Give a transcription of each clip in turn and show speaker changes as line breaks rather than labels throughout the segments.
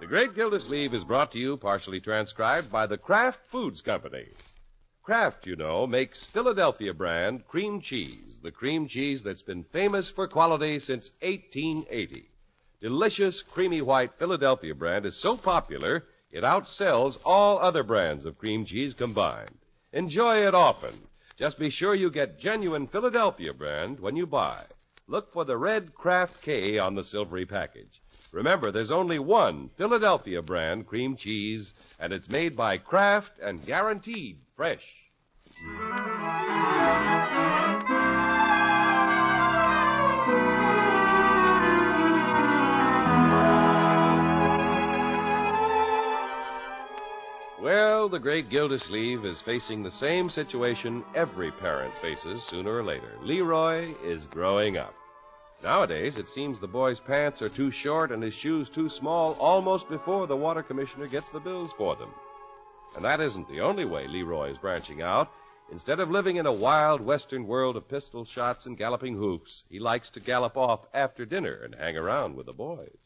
The Great Gildersleeve is brought to you, partially transcribed, by the Kraft Foods Company. Kraft, you know, makes Philadelphia brand cream cheese, the cream cheese that's been famous for quality since 1880. Delicious, creamy white Philadelphia brand is so popular, it outsells all other brands of cream cheese combined. Enjoy it often. Just be sure you get genuine Philadelphia brand when you buy. Look for the red Kraft K on the silvery package. Remember, there's only one Philadelphia brand cream cheese, and it's made by Kraft and guaranteed fresh. Well, the great Gildersleeve is facing the same situation every parent faces sooner or later. Leroy is growing up. Nowadays, it seems the boy's pants are too short and his shoes too small almost before the water commissioner gets the bills for them. And that isn't the only way Leroy is branching out. Instead of living in a wild western world of pistol shots and galloping hoofs, he likes to gallop off after dinner and hang around with the boys.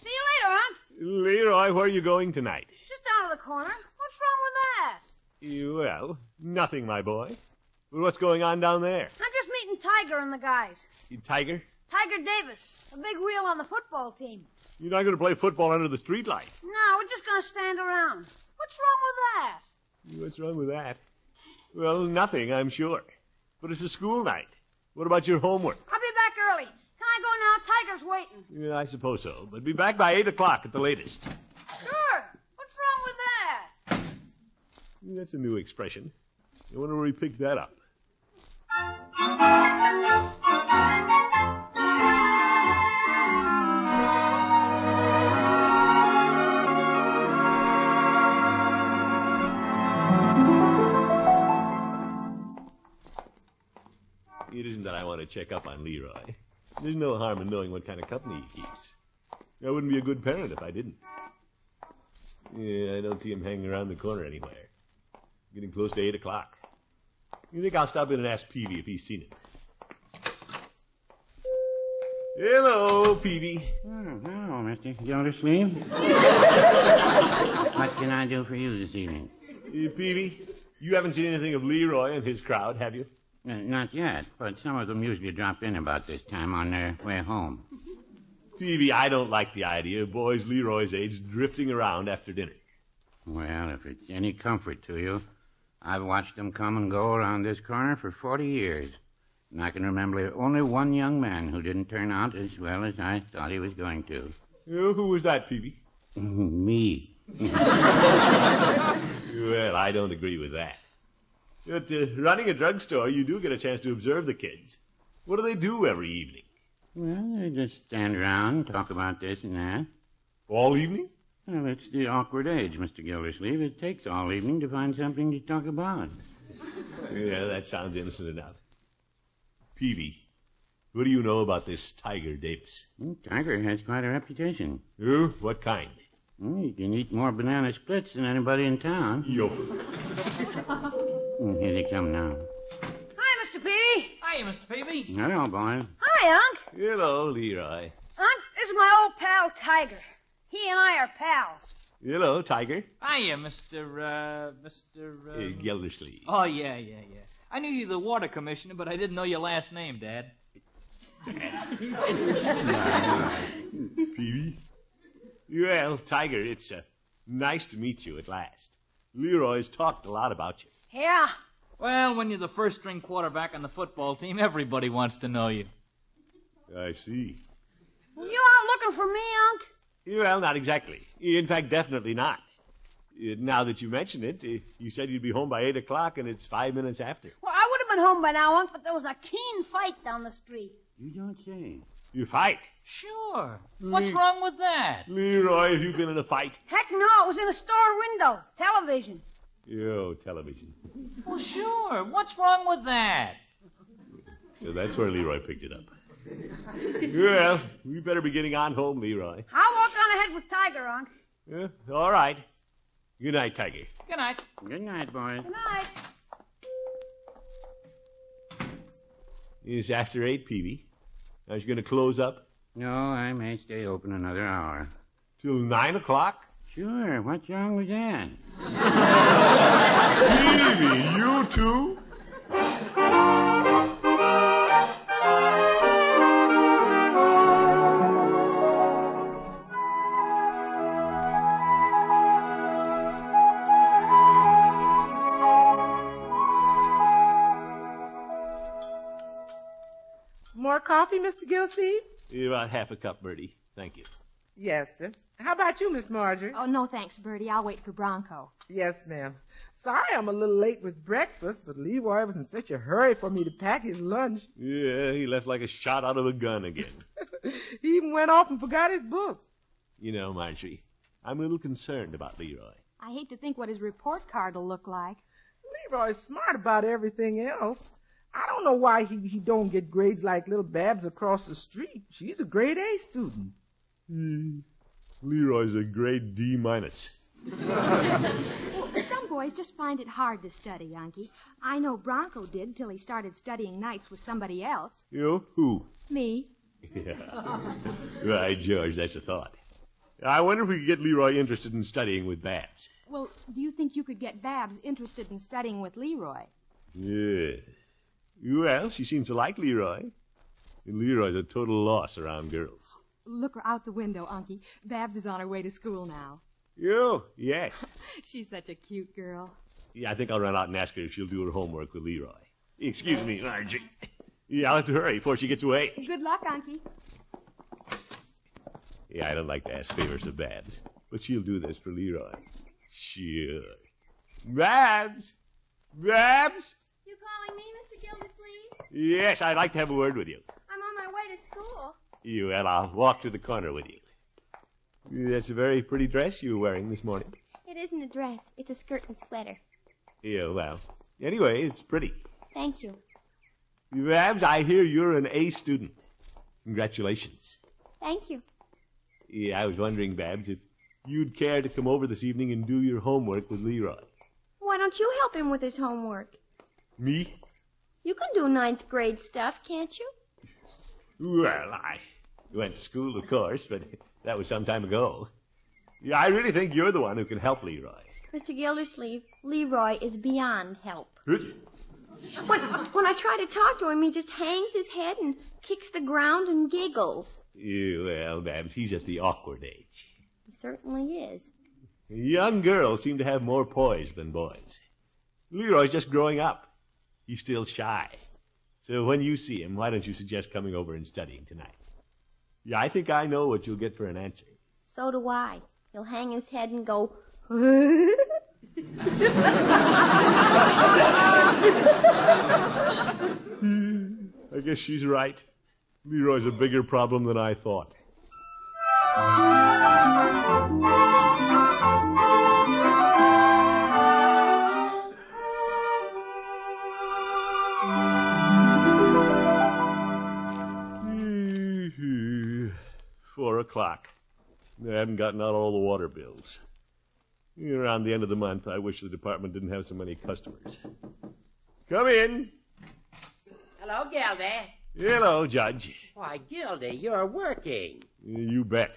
See you later, Unc.
Leroy, where are you going tonight?
Just down to the corner. What's wrong with that?
Well, nothing, my boy. Well, what's going on down there?
I'm just meeting Tiger and the guys.
You tiger?
Tiger Davis, a big wheel on the football team.
You're not going to play football under the streetlight.
No, we're just gonna stand around. What's wrong with that?
What's wrong with that? Well, nothing, I'm sure. But it's a school night. What about your homework?
I'll be back early. Can I go now? Tiger's waiting.
Yeah, I suppose so. But be back by 8 o'clock at the latest.
Sure. What's wrong with that?
That's a new expression. I wonder where we picked that up. It isn't that I want to check up on Leroy. There's no harm in knowing what kind of company he keeps. I wouldn't be a good parent if I didn't. Yeah, I don't see him hanging around the corner anywhere. Getting close to eight o'clock. You think I'll stop in and ask Peavy if he's seen him? Hello, Peavy.
Oh, hello, Mr. Gildersleeve. what can I do for you this evening?
Uh, Peavy, you haven't seen anything of Leroy and his crowd, have you?
Uh, not yet, but some of them usually drop in about this time on their way home.
Peavy, I don't like the idea of boys Leroy's age drifting around after dinner.
Well, if it's any comfort to you, I've watched them come and go around this corner for 40 years, and I can remember only one young man who didn't turn out as well as I thought he was going to.
Oh, who was that, Peavy?
Me.
Well, I don't agree with that. But uh, running a drugstore, you do get a chance to observe the kids. What do they do every evening?
Well, they just stand around, talk about this and that.
All evening?
Well, it's the awkward age, Mr. Gildersleeve. It takes all evening to find something to talk about.
Yeah, that sounds innocent enough. Peavy, what do you know about this Tiger Davis?
Mm, Tiger has quite a reputation.
Oh, what kind?
Mm, He can eat more banana splits than anybody in town.
Yo.
Mm, Here they come now.
Hi, Mr. Peavy.
Hey, Mr. Peavy.
Hello, boy.
Hi, Unc.
Hello, Leroy.
Unc, this is my old pal Tiger. He and I are pals.
Hello, Tiger.
Hiya, Mr. Uh, Mr.
Uh,
Uh...
Gildersleeve.
oh, yeah, yeah, yeah. I knew you were the water commissioner, but I didn't know your last name, Dad.
Peavy? Well, Tiger, it's uh, nice to meet you at last. Leroy's talked a lot about you.
Yeah.
Well, when you're the first string quarterback on the football team, everybody wants to know you.
I see.
Were you out looking for me, Unc?
Well, not exactly. In fact, definitely not. Uh, Now that you mention it, uh, you said you'd be home by 8 o'clock, and it's five minutes after.
Well, I would have been home by now, Unc, but there was a keen fight down the street.
You don't say.
You fight.
Sure. What's
Mm.
wrong with that?
Leroy, have you been in a fight?
Heck no, it was in the store window. Television.
Yo, Oh, television.
Well, sure. What's wrong with that?
So that's where Leroy picked it up. well, we better be getting on home, Leroy.
I'll walk on ahead with Tiger, Unc.
Yeah, all right. Good night, Tiger.
Good night.
Good night, boys.
Good night.
It's after eight, Peavy. Now you going to close up
No, I may stay open another hour.
till nine o'clock?
Sure, what's wrong with that?
Peavy, you too?
More coffee, Mr. Gilsey?
About half a cup, Bertie. Thank you.
Yes, sir. How about you, Miss Marjorie?
Oh, no thanks, Bertie. I'll wait for Bronco.
Yes, ma'am. Sorry I'm a little late with breakfast, but Leroy was in such a hurry for me to pack his lunch.
Yeah, he left like a shot out of a gun again.
He even went off and forgot his books.
you know, Marjorie, I'm a little concerned about Leroy.
I hate to think what his report card will look like.
Leroy's smart about everything else. I don't know why he, he don't get grades like little Babs across the street. She's a grade A student.
Leroy's a grade D minus.
Some boys just find it hard to study, Unky. I know Bronco did till he started studying nights with somebody else.
You? Who?
Me.
Yeah. right, George, that's a thought. I wonder if we could get Leroy interested in studying with Babs.
Well, do you think you could get Babs interested in studying with Leroy?
Yeah. Well, she seems to like Leroy. And Leroy's a total loss around girls.
Look her out the window, Unky. Babs is on her way to school now.
You? Yes.
She's such a cute girl.
Yeah, I think I'll run out and ask her if she'll do her homework with Leroy. Excuse me, Margie. Yeah, I'll have to hurry before she gets away.
Good luck, Unky.
Yeah, I don't like to ask favors of Babs, but she'll do this for Leroy. Sure. Babs! Babs!
You calling me, Mr. Gildersleeve?
Yes, I'd like to have a word with you.
I'm on my way to school.
You, and I'll walk to the corner with you. That's a very pretty dress you're wearing this morning.
It isn't a dress. It's a skirt and sweater.
Yeah, well, anyway, it's pretty.
Thank you.
Babs, I hear you're an A student. Congratulations.
Thank you.
Yeah, I was wondering, Babs, if you'd care to come over this evening and do your homework with Leroy.
Why don't you help him with his homework?
Me?
You can do ninth grade stuff, can't you?
Well, I went to school, of course, but that was some time ago. Yeah, I really think you're the one who can help Leroy.
Mr. Gildersleeve, Leroy is beyond help.
Good.
When, when I try to talk to him, he just hangs his head and kicks the ground and giggles.
Yeah, well, Babs, he's at the awkward age.
He certainly is.
Young girls seem to have more poise than boys. Leroy's just growing up. He's still shy. So when you see him, why don't you suggest coming over and studying tonight? Yeah, I think I know what you'll get for an answer.
So do I. He'll hang his head and go,
I guess she's right. Leroy's a bigger problem than I thought. Four o'clock. I haven't gotten out all the water bills. Around the end of the month, I wish the department didn't have so many customers. Come in.
Hello, Gildy.
Hello, Judge.
Why, Gildy, you're working.
You bet.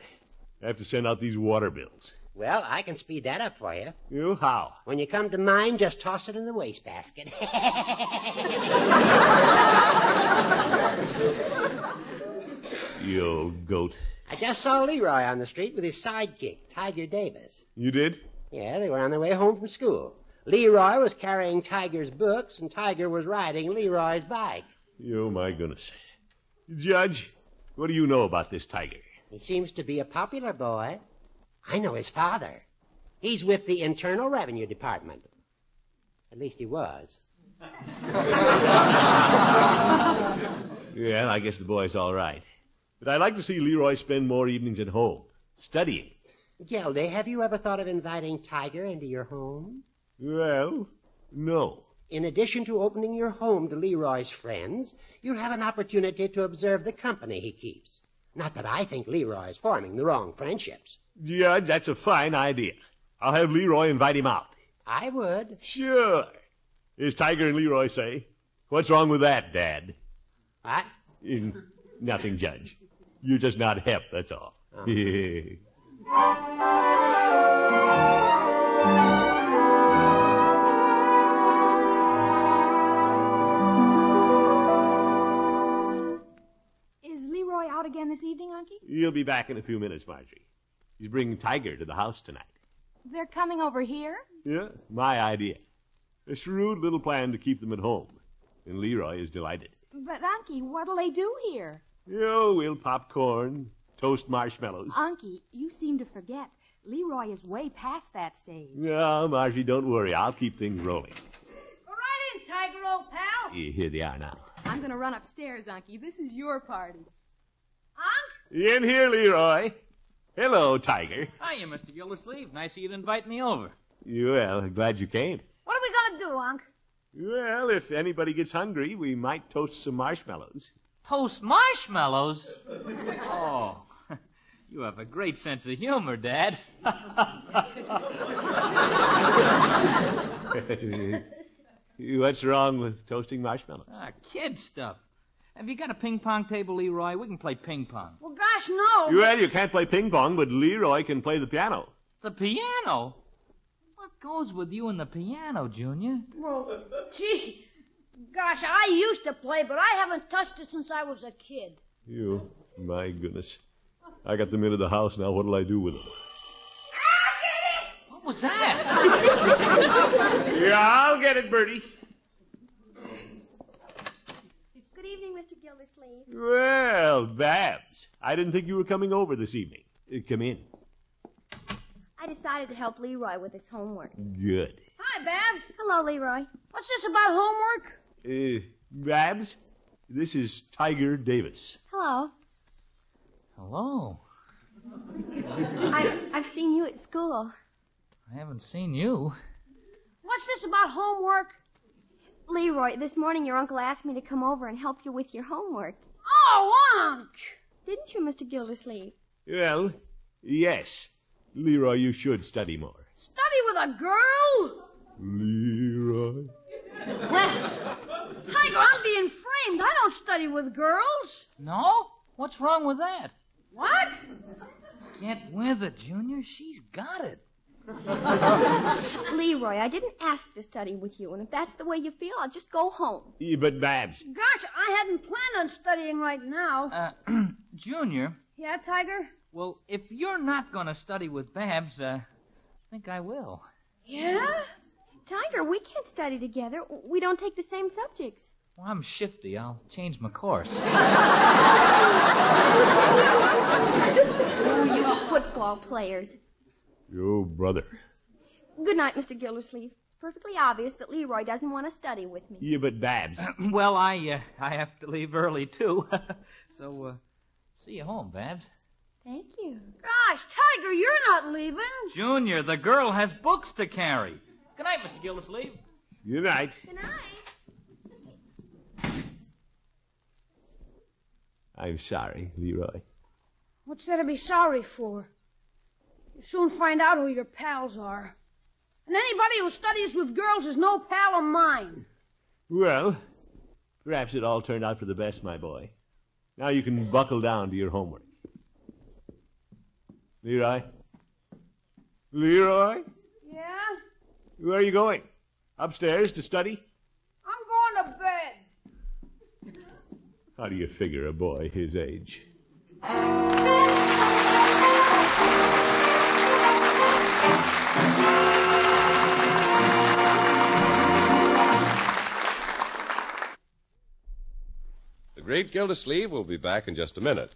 I have to send out these water bills.
Well, I can speed that up for you.
You how?
When you come to mine, just toss it in the wastebasket.
You old goat.
I just saw Leroy on the street with his sidekick, Tiger Davis.
You did?
Yeah, they were on their way home from school. Leroy was carrying Tiger's books, and Tiger was riding Leroy's bike.
Oh, my goodness. Judge, what do you know about this tiger?
He seems to be a popular boy. I know his father. He's with the Internal Revenue Department. At least he was.
Well, I guess the boy's all right. But I like to see Leroy spend more evenings at home, studying.
Gildy, have you ever thought of inviting Tiger into your home?
Well, no.
In addition to opening your home to Leroy's friends, you have an opportunity to observe the company he keeps. Not that I think Leroy is forming the wrong friendships.
Judge, that's a fine idea. I'll have Leroy invite him out.
I would.
Sure. As Tiger and Leroy say, what's wrong with that, Dad?
What?
Mm, nothing, Judge. You're just not hep, that's all.
Oh.
Is Leroy out again this evening, Unky?
He'll be back in a few minutes, Marjorie. He's bringing Tiger to the house tonight.
They're coming over here?
Yeah, my idea. A shrewd little plan to keep them at home. And Leroy is delighted.
But, Unky, what'll they do here?
Oh, we'll popcorn, toast marshmallows.
Unky, you seem to forget. Leroy is way past that stage.
No, Marjorie, don't worry. I'll keep things rolling.
Go right in, Tiger, old pal.
Eh, Here they are now.
I'm going to run upstairs, Unky. This is your party.
In here, Leroy. Hello, Tiger.
Hiya, Mr. Gildersleeve. Nice of you to invite me over.
Well, glad you came.
What are we gonna do, Unc?
Well, if anybody gets hungry, we might toast some marshmallows.
Toast marshmallows? Oh, you have a great sense of humor, Dad.
What's wrong with toasting marshmallows?
ah, kid stuff. Have you got a ping pong table, Leroy? We can play ping pong.
Well, gosh, no.
Well, you can't play ping pong, but Leroy can play the piano.
The piano? What goes with you and the piano, Junior?
Well, gee, gosh, I used to play, but I haven't touched it since I was a kid.
You, my goodness. I got them into the house now. What'll I do with them?
What was that?
Yeah, I'll get it, Bertie.
Good evening, Mr. Gildersleeve.
Well, Babs, I didn't think you were coming over this evening. Uh, Come in.
I decided to help Leroy with his homework.
Good.
Hi, Babs.
Hello, Leroy.
What's this about homework?
Uh, Babs, this is Tiger Davis.
Hello.
Hello.
I, I've seen you at school.
I haven't seen you.
What's this about homework?
Leroy, this morning your uncle asked me to come over and help you with your homework.
Oh, Unc.
Didn't you, Mr. Gildersleeve?
Well, yes. Leroy, you should study more.
Study with a girl?
Leroy?
Tiger, I'm being framed. I don't study with girls.
No? What's wrong with that?
What?
Get with it, Junior. She's got it.
Leroy, I didn't ask to study with you, and if that's the way you feel, I'll just go home.
Eh, But, Babs,
Gosh, I hadn't planned on studying right now.
Uh, Junior,
Yeah, Tiger?
well, if you're not going to study with Babs, uh, I think I will.
Yeah?
Tiger, we can't study together. We don't take the same subjects.
Well, I'm shifty. I'll change my course.
Oh, you football players.
Oh, brother.
Good night, Mr. Gildersleeve. It's perfectly obvious that Leroy doesn't want to study with me.
Yeah, but Babs.
well, I, uh, I have to leave early, too. so, uh, see you home, Babs.
Thank you.
Gosh, Tiger, you're not leaving.
Junior, the girl has books to carry. Good night, Mr. Gildersleeve.
Good night.
Good night.
I'm sorry, Leroy.
What's there to be sorry for? You'll soon find out who your pals are. And anybody who studies with girls is no pal of mine.
Well, perhaps it all turned out for the best, my boy. Now you can buckle down to your homework. Leroy? Leroy?
Yeah?
Where are you going? Upstairs to study?
I'm going to bed.
How do you figure a boy his age?
The Great Gildersleeve will be back in just a minute.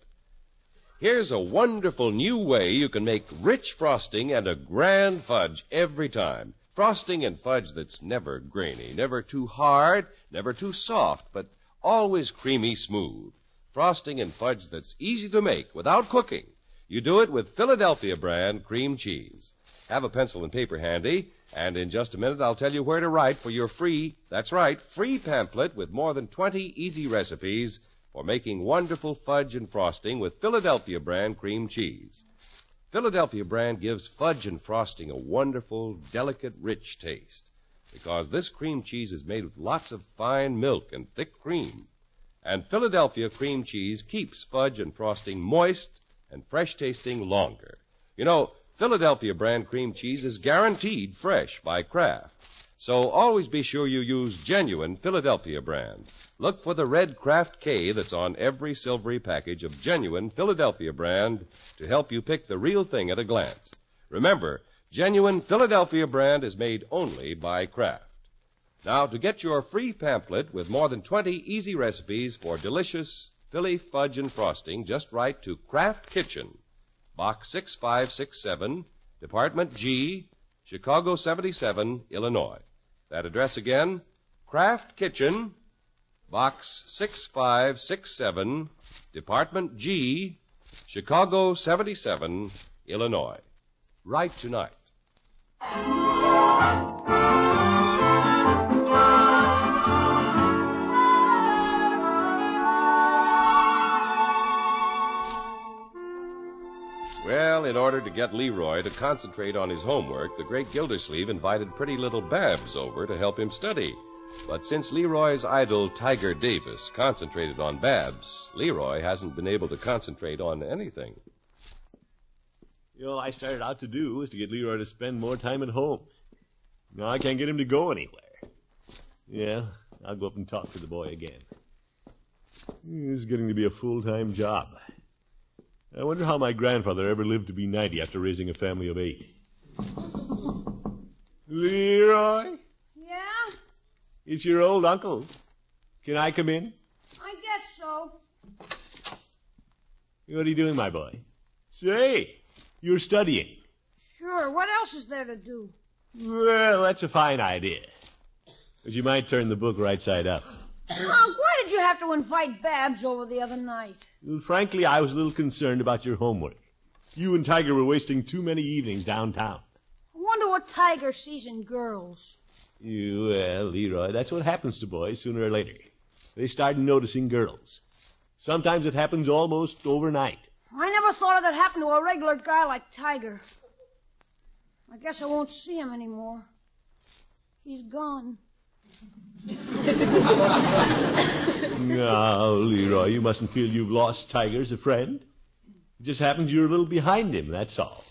Here's a wonderful new way you can make rich frosting and a grand fudge every time. Frosting and fudge that's never grainy, never too hard, never too soft, but always creamy smooth. frosting and fudge that's easy to make without cooking. You do it with Philadelphia brand cream cheese. Have a pencil and paper handy, and in just a minute I'll tell you where to write for your free, that's right, free pamphlet with more than 20 easy recipes for making wonderful fudge and frosting with Philadelphia brand cream cheese. Philadelphia brand gives fudge and frosting a wonderful, delicate, rich taste because this cream cheese is made with lots of fine milk and thick cream. And Philadelphia cream cheese keeps fudge and frosting moist and fresh tasting longer. You know, Philadelphia brand cream cheese is guaranteed fresh by Kraft. So always be sure you use genuine Philadelphia brand. Look for the red Kraft K that's on every silvery package of genuine Philadelphia brand to help you pick the real thing at a glance. Remember, Genuine Philadelphia brand is made only by Kraft. Now, to get your free pamphlet with more than 20 easy recipes for delicious Philly fudge and frosting, just write to Kraft Kitchen, Box 6567, Department G, Chicago 77, Illinois. That address again, Kraft Kitchen, Box 6567, Department G, Chicago 77, Illinois. Write tonight. Well, in order to get Leroy to concentrate on his homework, the great Gildersleeve invited pretty little Babs over to help him study. But since Leroy's idol, Tiger Davis, concentrated on Babs, Leroy hasn't been able to concentrate on anything.
You know, all I started out to do was to get Leroy to spend more time at home. Now I can't get him to go anywhere. Yeah, I'll go up and talk to the boy again. It's getting to be a full-time job. I wonder how my grandfather ever lived to be 90 after raising a family of eight. Leroy,
Yeah?
it's your old uncle. Can I come in?
I guess so.
What are you doing, my boy? Say, you're studying.
Sure. What else is there to do?
Well, that's a fine idea. But you might turn the book right side up.
Honk, why did you have to invite Babs over the other night?
Well, Frankly, I was a little concerned about your homework. You and Tiger were wasting too many evenings downtown.
I wonder what tiger sees in girls.
You, well, Leroy, that's what happens to boys sooner or later. They start noticing girls. Sometimes it happens almost overnight.
I never thought of that happened to a regular guy like Tiger. I guess I won't see him anymore. He's gone.
now, Leroy, you mustn't feel you've lost Tiger as a friend. It just happens you're a little behind him, that's all.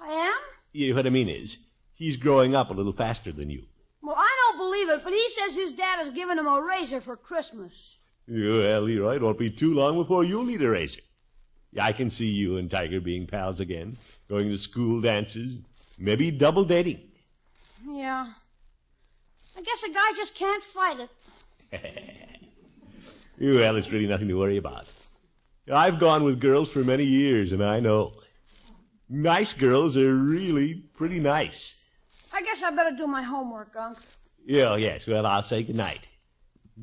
I am?
You, what I mean is, he's growing up a little faster than you.
Well, I don't believe it, but he says his dad has given him a razor for Christmas.
Well, uh, Leroy, it won't be too long before you'll need a razor. I can see you and Tiger being pals again, going to school dances, maybe double dating.
Yeah. I guess a guy just can't fight it.
Well, it's really nothing to worry about. I've gone with girls for many years, and I know. Nice girls are really pretty nice.
I guess I better do my homework, Unc.
Yeah, yes, well, I'll say good night.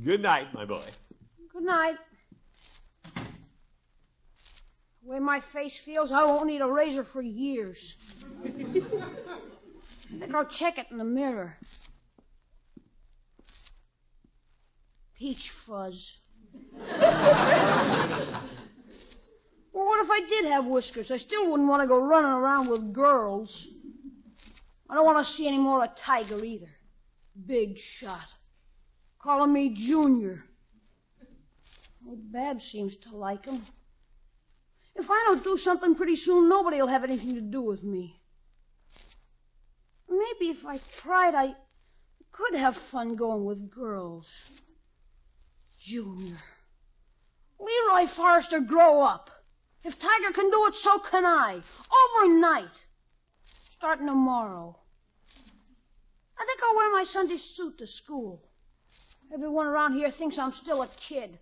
Good night, my boy.
Good night. The way my face feels, I won't need a razor for years. I think I'll check it in the mirror. Peach fuzz. well, what if I did have whiskers? I still wouldn't want to go running around with girls. I don't want to see any more of Tiger either. Big shot. Calling me Junior. Old Bab seems to like him. If I don't do something pretty soon, nobody will have anything to do with me. Maybe if I tried, I could have fun going with girls. Junior. Leroy Forrester, grow up. If Tiger can do it, so can I. Overnight. Starting tomorrow. I think I'll wear my Sunday suit to school. Everyone around here thinks I'm still a kid.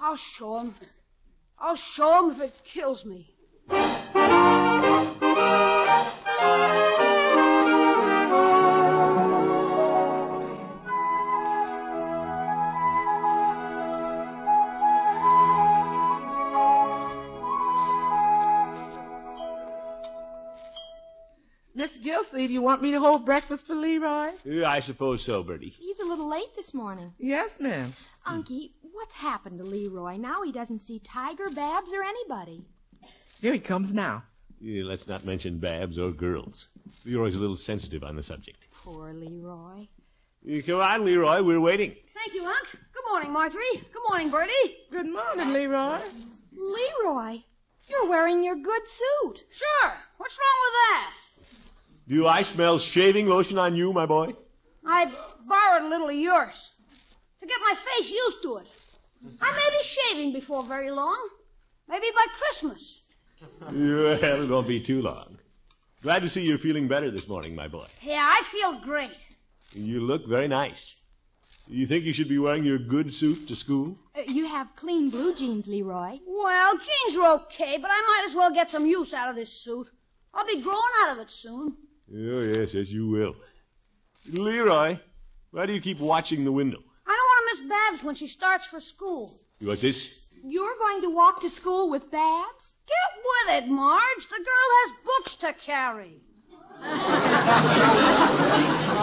I'll show 'em. I'll show 'em if it kills me.
Sleeve, you want me to hold breakfast for Leroy?
Yeah, I suppose so, Bertie.
He's a little late this morning.
Yes, ma'am.
Unky, what's happened to Leroy? Now he doesn't see Tiger, Babs, or anybody.
Here he comes now.
Yeah, let's not mention Babs or girls. Leroy's a little sensitive on the subject.
Poor Leroy.
Yeah, Come on, Leroy, we're waiting.
Thank you, Unc. Good morning, Marjorie. Good morning, Bertie.
Good morning, Leroy.
Leroy, you're wearing your good suit.
Sure. What's wrong with that?
Do I smell shaving lotion on you, my boy?
I borrowed a little of yours to get my face used to it. I may be shaving before very long. Maybe by Christmas.
Well, it won't be too long. Glad to see you're feeling better this morning, my boy.
Yeah, I feel great.
You look very nice. You think you should be wearing your good suit to school?
Uh, you have clean blue jeans, Leroy.
Well, jeans are okay, but I might as well get some use out of this suit. I'll be growing out of it soon.
Oh, yes, yes, you will. Leroy, why do you keep watching the window?
I don't want to miss Babs when she starts for school.
What's this?
You're going to walk to school with Babs?
Get with it, Marge. The girl has books to carry.
Oh.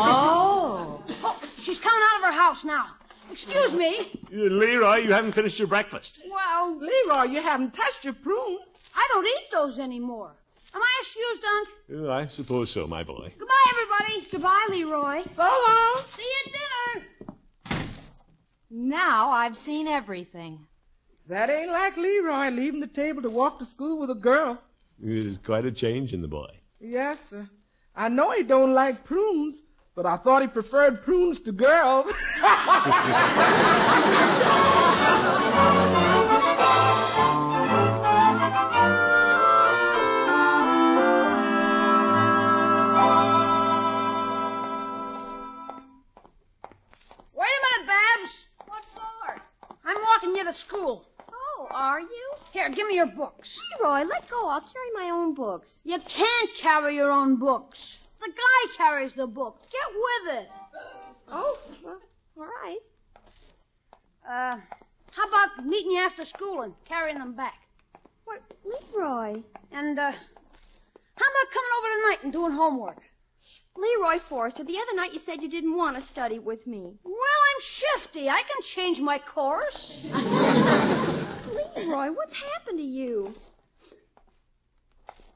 Oh, she's coming out of her house now. Excuse me.
Leroy, you haven't finished your breakfast.
Well,
Leroy, you haven't touched your prune.
I don't eat those anymore. Am I excused, Unc?
Oh, I suppose so, my boy.
Goodbye, everybody.
Goodbye, Leroy.
So long.
See you at dinner.
Now I've seen everything.
That ain't like Leroy leaving the table to walk to school with a girl.
There's quite a change in the boy.
Yes, sir. I know he don't like prunes, but I thought he preferred prunes to girls.
Wait a minute, Babs. What for? I'm walking you to school.
Oh, are you?
Here, give me your books.
Leroy, let go. I'll carry my own books.
You can't carry your own books. The guy carries the book. Get with it.
Oh, well, all right.
Uh, how about meeting you after school and carrying them back?
What, Leroy?
And, uh, how about coming over tonight and doing homework?
Leroy Forrester, the other night you said you didn't want to study with me.
Well, I'm shifty. I can change my course.
Leroy, what's happened to you?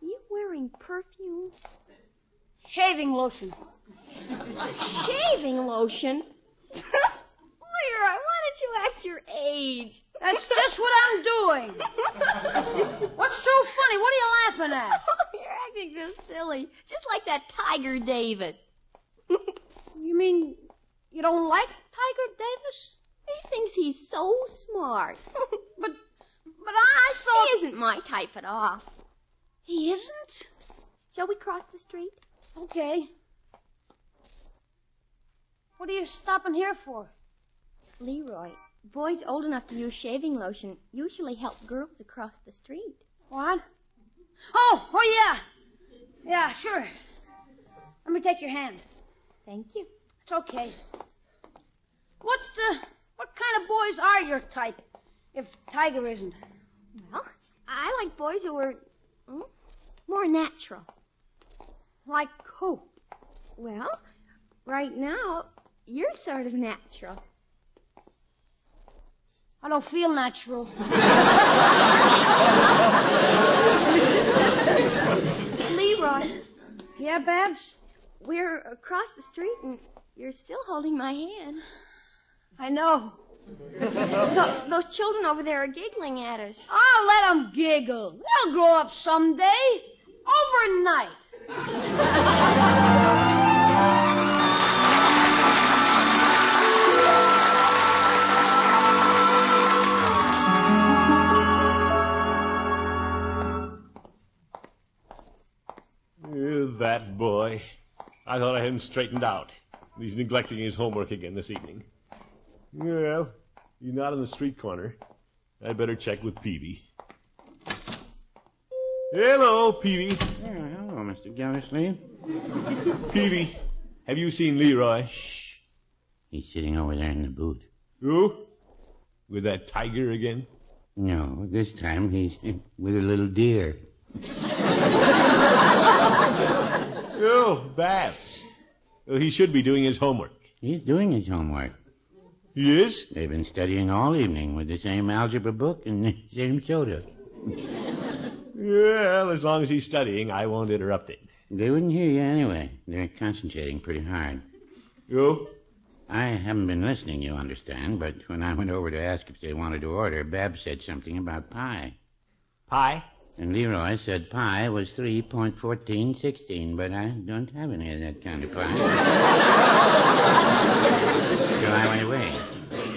You wearing perfume?
Shaving lotion.
Shaving lotion? Leroy, why don't you act your age?
That's just what I'm doing. What's so funny? What are you laughing at?
Oh, You're acting so silly, just like that Tiger Davis.
You mean you don't like Tiger Davis?
He thinks he's so smart.
But, but I thought
he isn't my type at all.
he isn't.
Shall we cross the street?
Okay. What are you stopping here for?
Leroy, boys old enough to use shaving lotion usually help girls across the street.
What? Oh, oh yeah, yeah, sure. Let me take your hand.
Thank you.
It's okay. What uh, what kind of boys are your type? If Tiger isn't.
Well, I like boys who are mm, more natural.
Like who?
Well, right now, you're sort of natural.
I don't feel natural.
Leroy,
Yeah, Babs?
we're across the street and you're still holding my hand.
I know.
Tho- those children over there are giggling at us.
I'll let 'em giggle. They'll grow up someday. Overnight.
Eh, that boy. I thought I had him straightened out. He's neglecting his homework again this evening. Well, he's not on the street corner. I'd better check with Peavy. Hello, Peavy.
Oh, hello, Mr. Gildersleeve.
Peavy, have you seen Leroy?
He's sitting over there in the booth.
Who? With that tiger again?
No, this time he's with a little deer.
Oh, Babs. Well, he should be doing his homework.
He's doing his homework.
He is?
They've been studying all evening with the same algebra book and the same soda.
Well, as long as he's studying, I won't interrupt it.
They wouldn't hear you anyway. They're concentrating pretty hard.
You?
I haven't been listening, you understand, but when I went over to ask if they wanted to order, Babs said something about pie.
Pie?
And Leroy said pie was 3.1416, but I don't have any of that kind of pie. so I went away.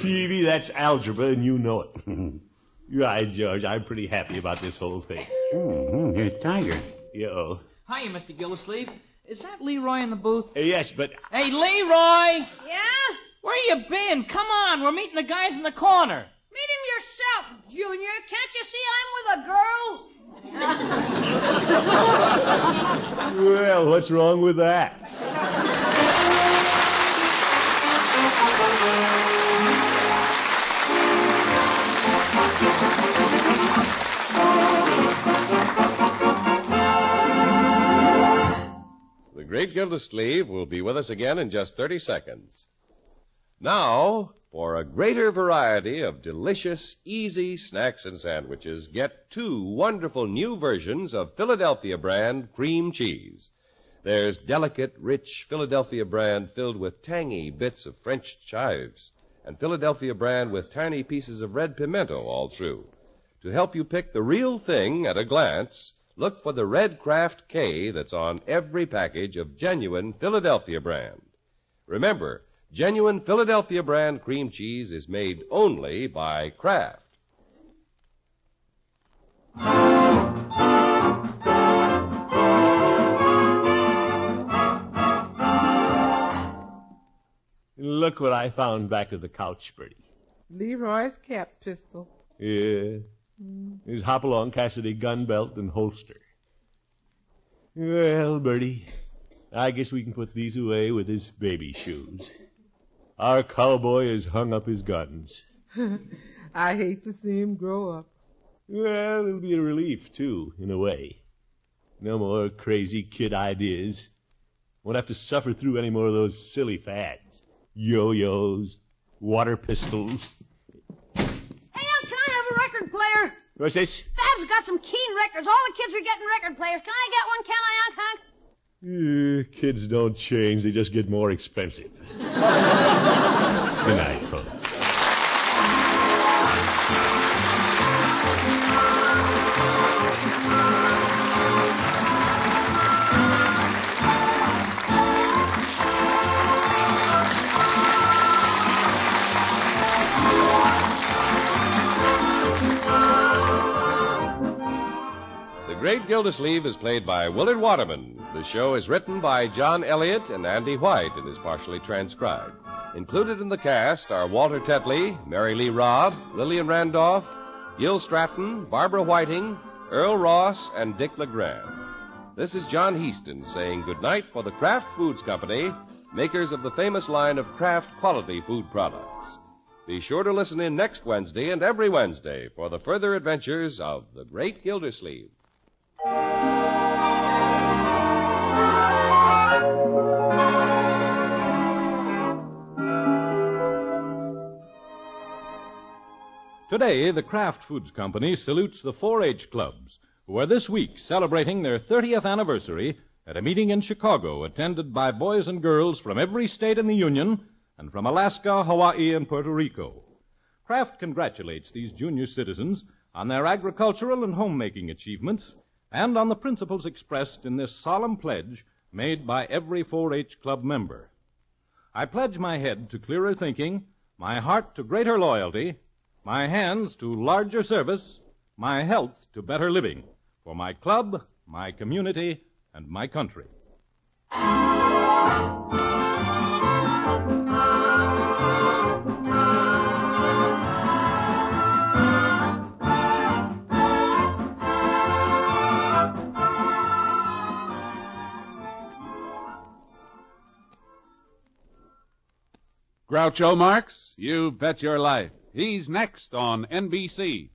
Phoebe, that's algebra, and you know it. right, George, I'm pretty happy about this whole thing.
Mm-hmm. Here's Tiger.
Yo.
Hiya, Mr. Gildersleeve. Is that Leroy in the booth?
Uh, yes, but
Hey, Leroy!
Yeah?
Where you been? Come on, we're meeting the guys in the corner.
Meet him yourself, Junior. Can't you see I'm with a girl?
Well, what's wrong with that?
The great Gildersleeve will be with us again in just 30 seconds. Now, for a greater variety of delicious, easy snacks and sandwiches, get two wonderful new versions of Philadelphia brand cream cheese. There's delicate, rich Philadelphia brand filled with tangy bits of French chives, and Philadelphia brand with tiny pieces of red pimento all through. To help you pick the real thing at a glance, look for the red Kraft K that's on every package of genuine Philadelphia brand. Remember, genuine Philadelphia brand cream cheese is made only by Kraft.
Look what I found back of the couch, Bertie.
Leroy's cap pistol.
Yeah. His Uh, Hopalong Cassidy gun belt and holster. Well, Bertie, I guess we can put these away with his baby shoes. Our cowboy has hung up his guns.
I hate to see him grow up.
Well, it'll be a relief, too, in a way. No more crazy kid ideas. Won't have to suffer through any more of those silly fads. Yo-yos, water pistols.
hey, Unc, can I have a record player?
What's this?
Fab's got some keen records. All the kids are getting record players. Can I get one? Can I, Unc, Unc?
Eh, kids don't change, they just get more expensive. Good night, folks.
The Great Gildersleeve is played by Willard Waterman. The show is written by John Elliott and Andy White and is partially transcribed. Included in the cast are Walter Tetley, Mary Lee Robb, Lillian Randolph, Gil Stratton, Barbara Whiting, Earl Ross, and Dick LeGrand. This is John Heaston saying goodnight for the Kraft Foods Company, makers of the famous line of Kraft quality food products. Be sure to listen in next Wednesday and every Wednesday for the further adventures of the Great Gildersleeve.
Today, the Kraft Foods Company salutes the 4 H clubs, who are this week celebrating their 30th anniversary at a meeting in Chicago attended by boys and girls from every state in the Union and from Alaska, Hawaii, and Puerto Rico. Kraft congratulates these junior citizens on their agricultural and homemaking achievements and on the principles expressed in this solemn pledge made by every 4 H club member. I pledge my head to clearer thinking, my heart to greater loyalty, my hands to larger service, my health to better living, for my club, my community, and my country.
Groucho Marx, you bet your life. He's next on NBC.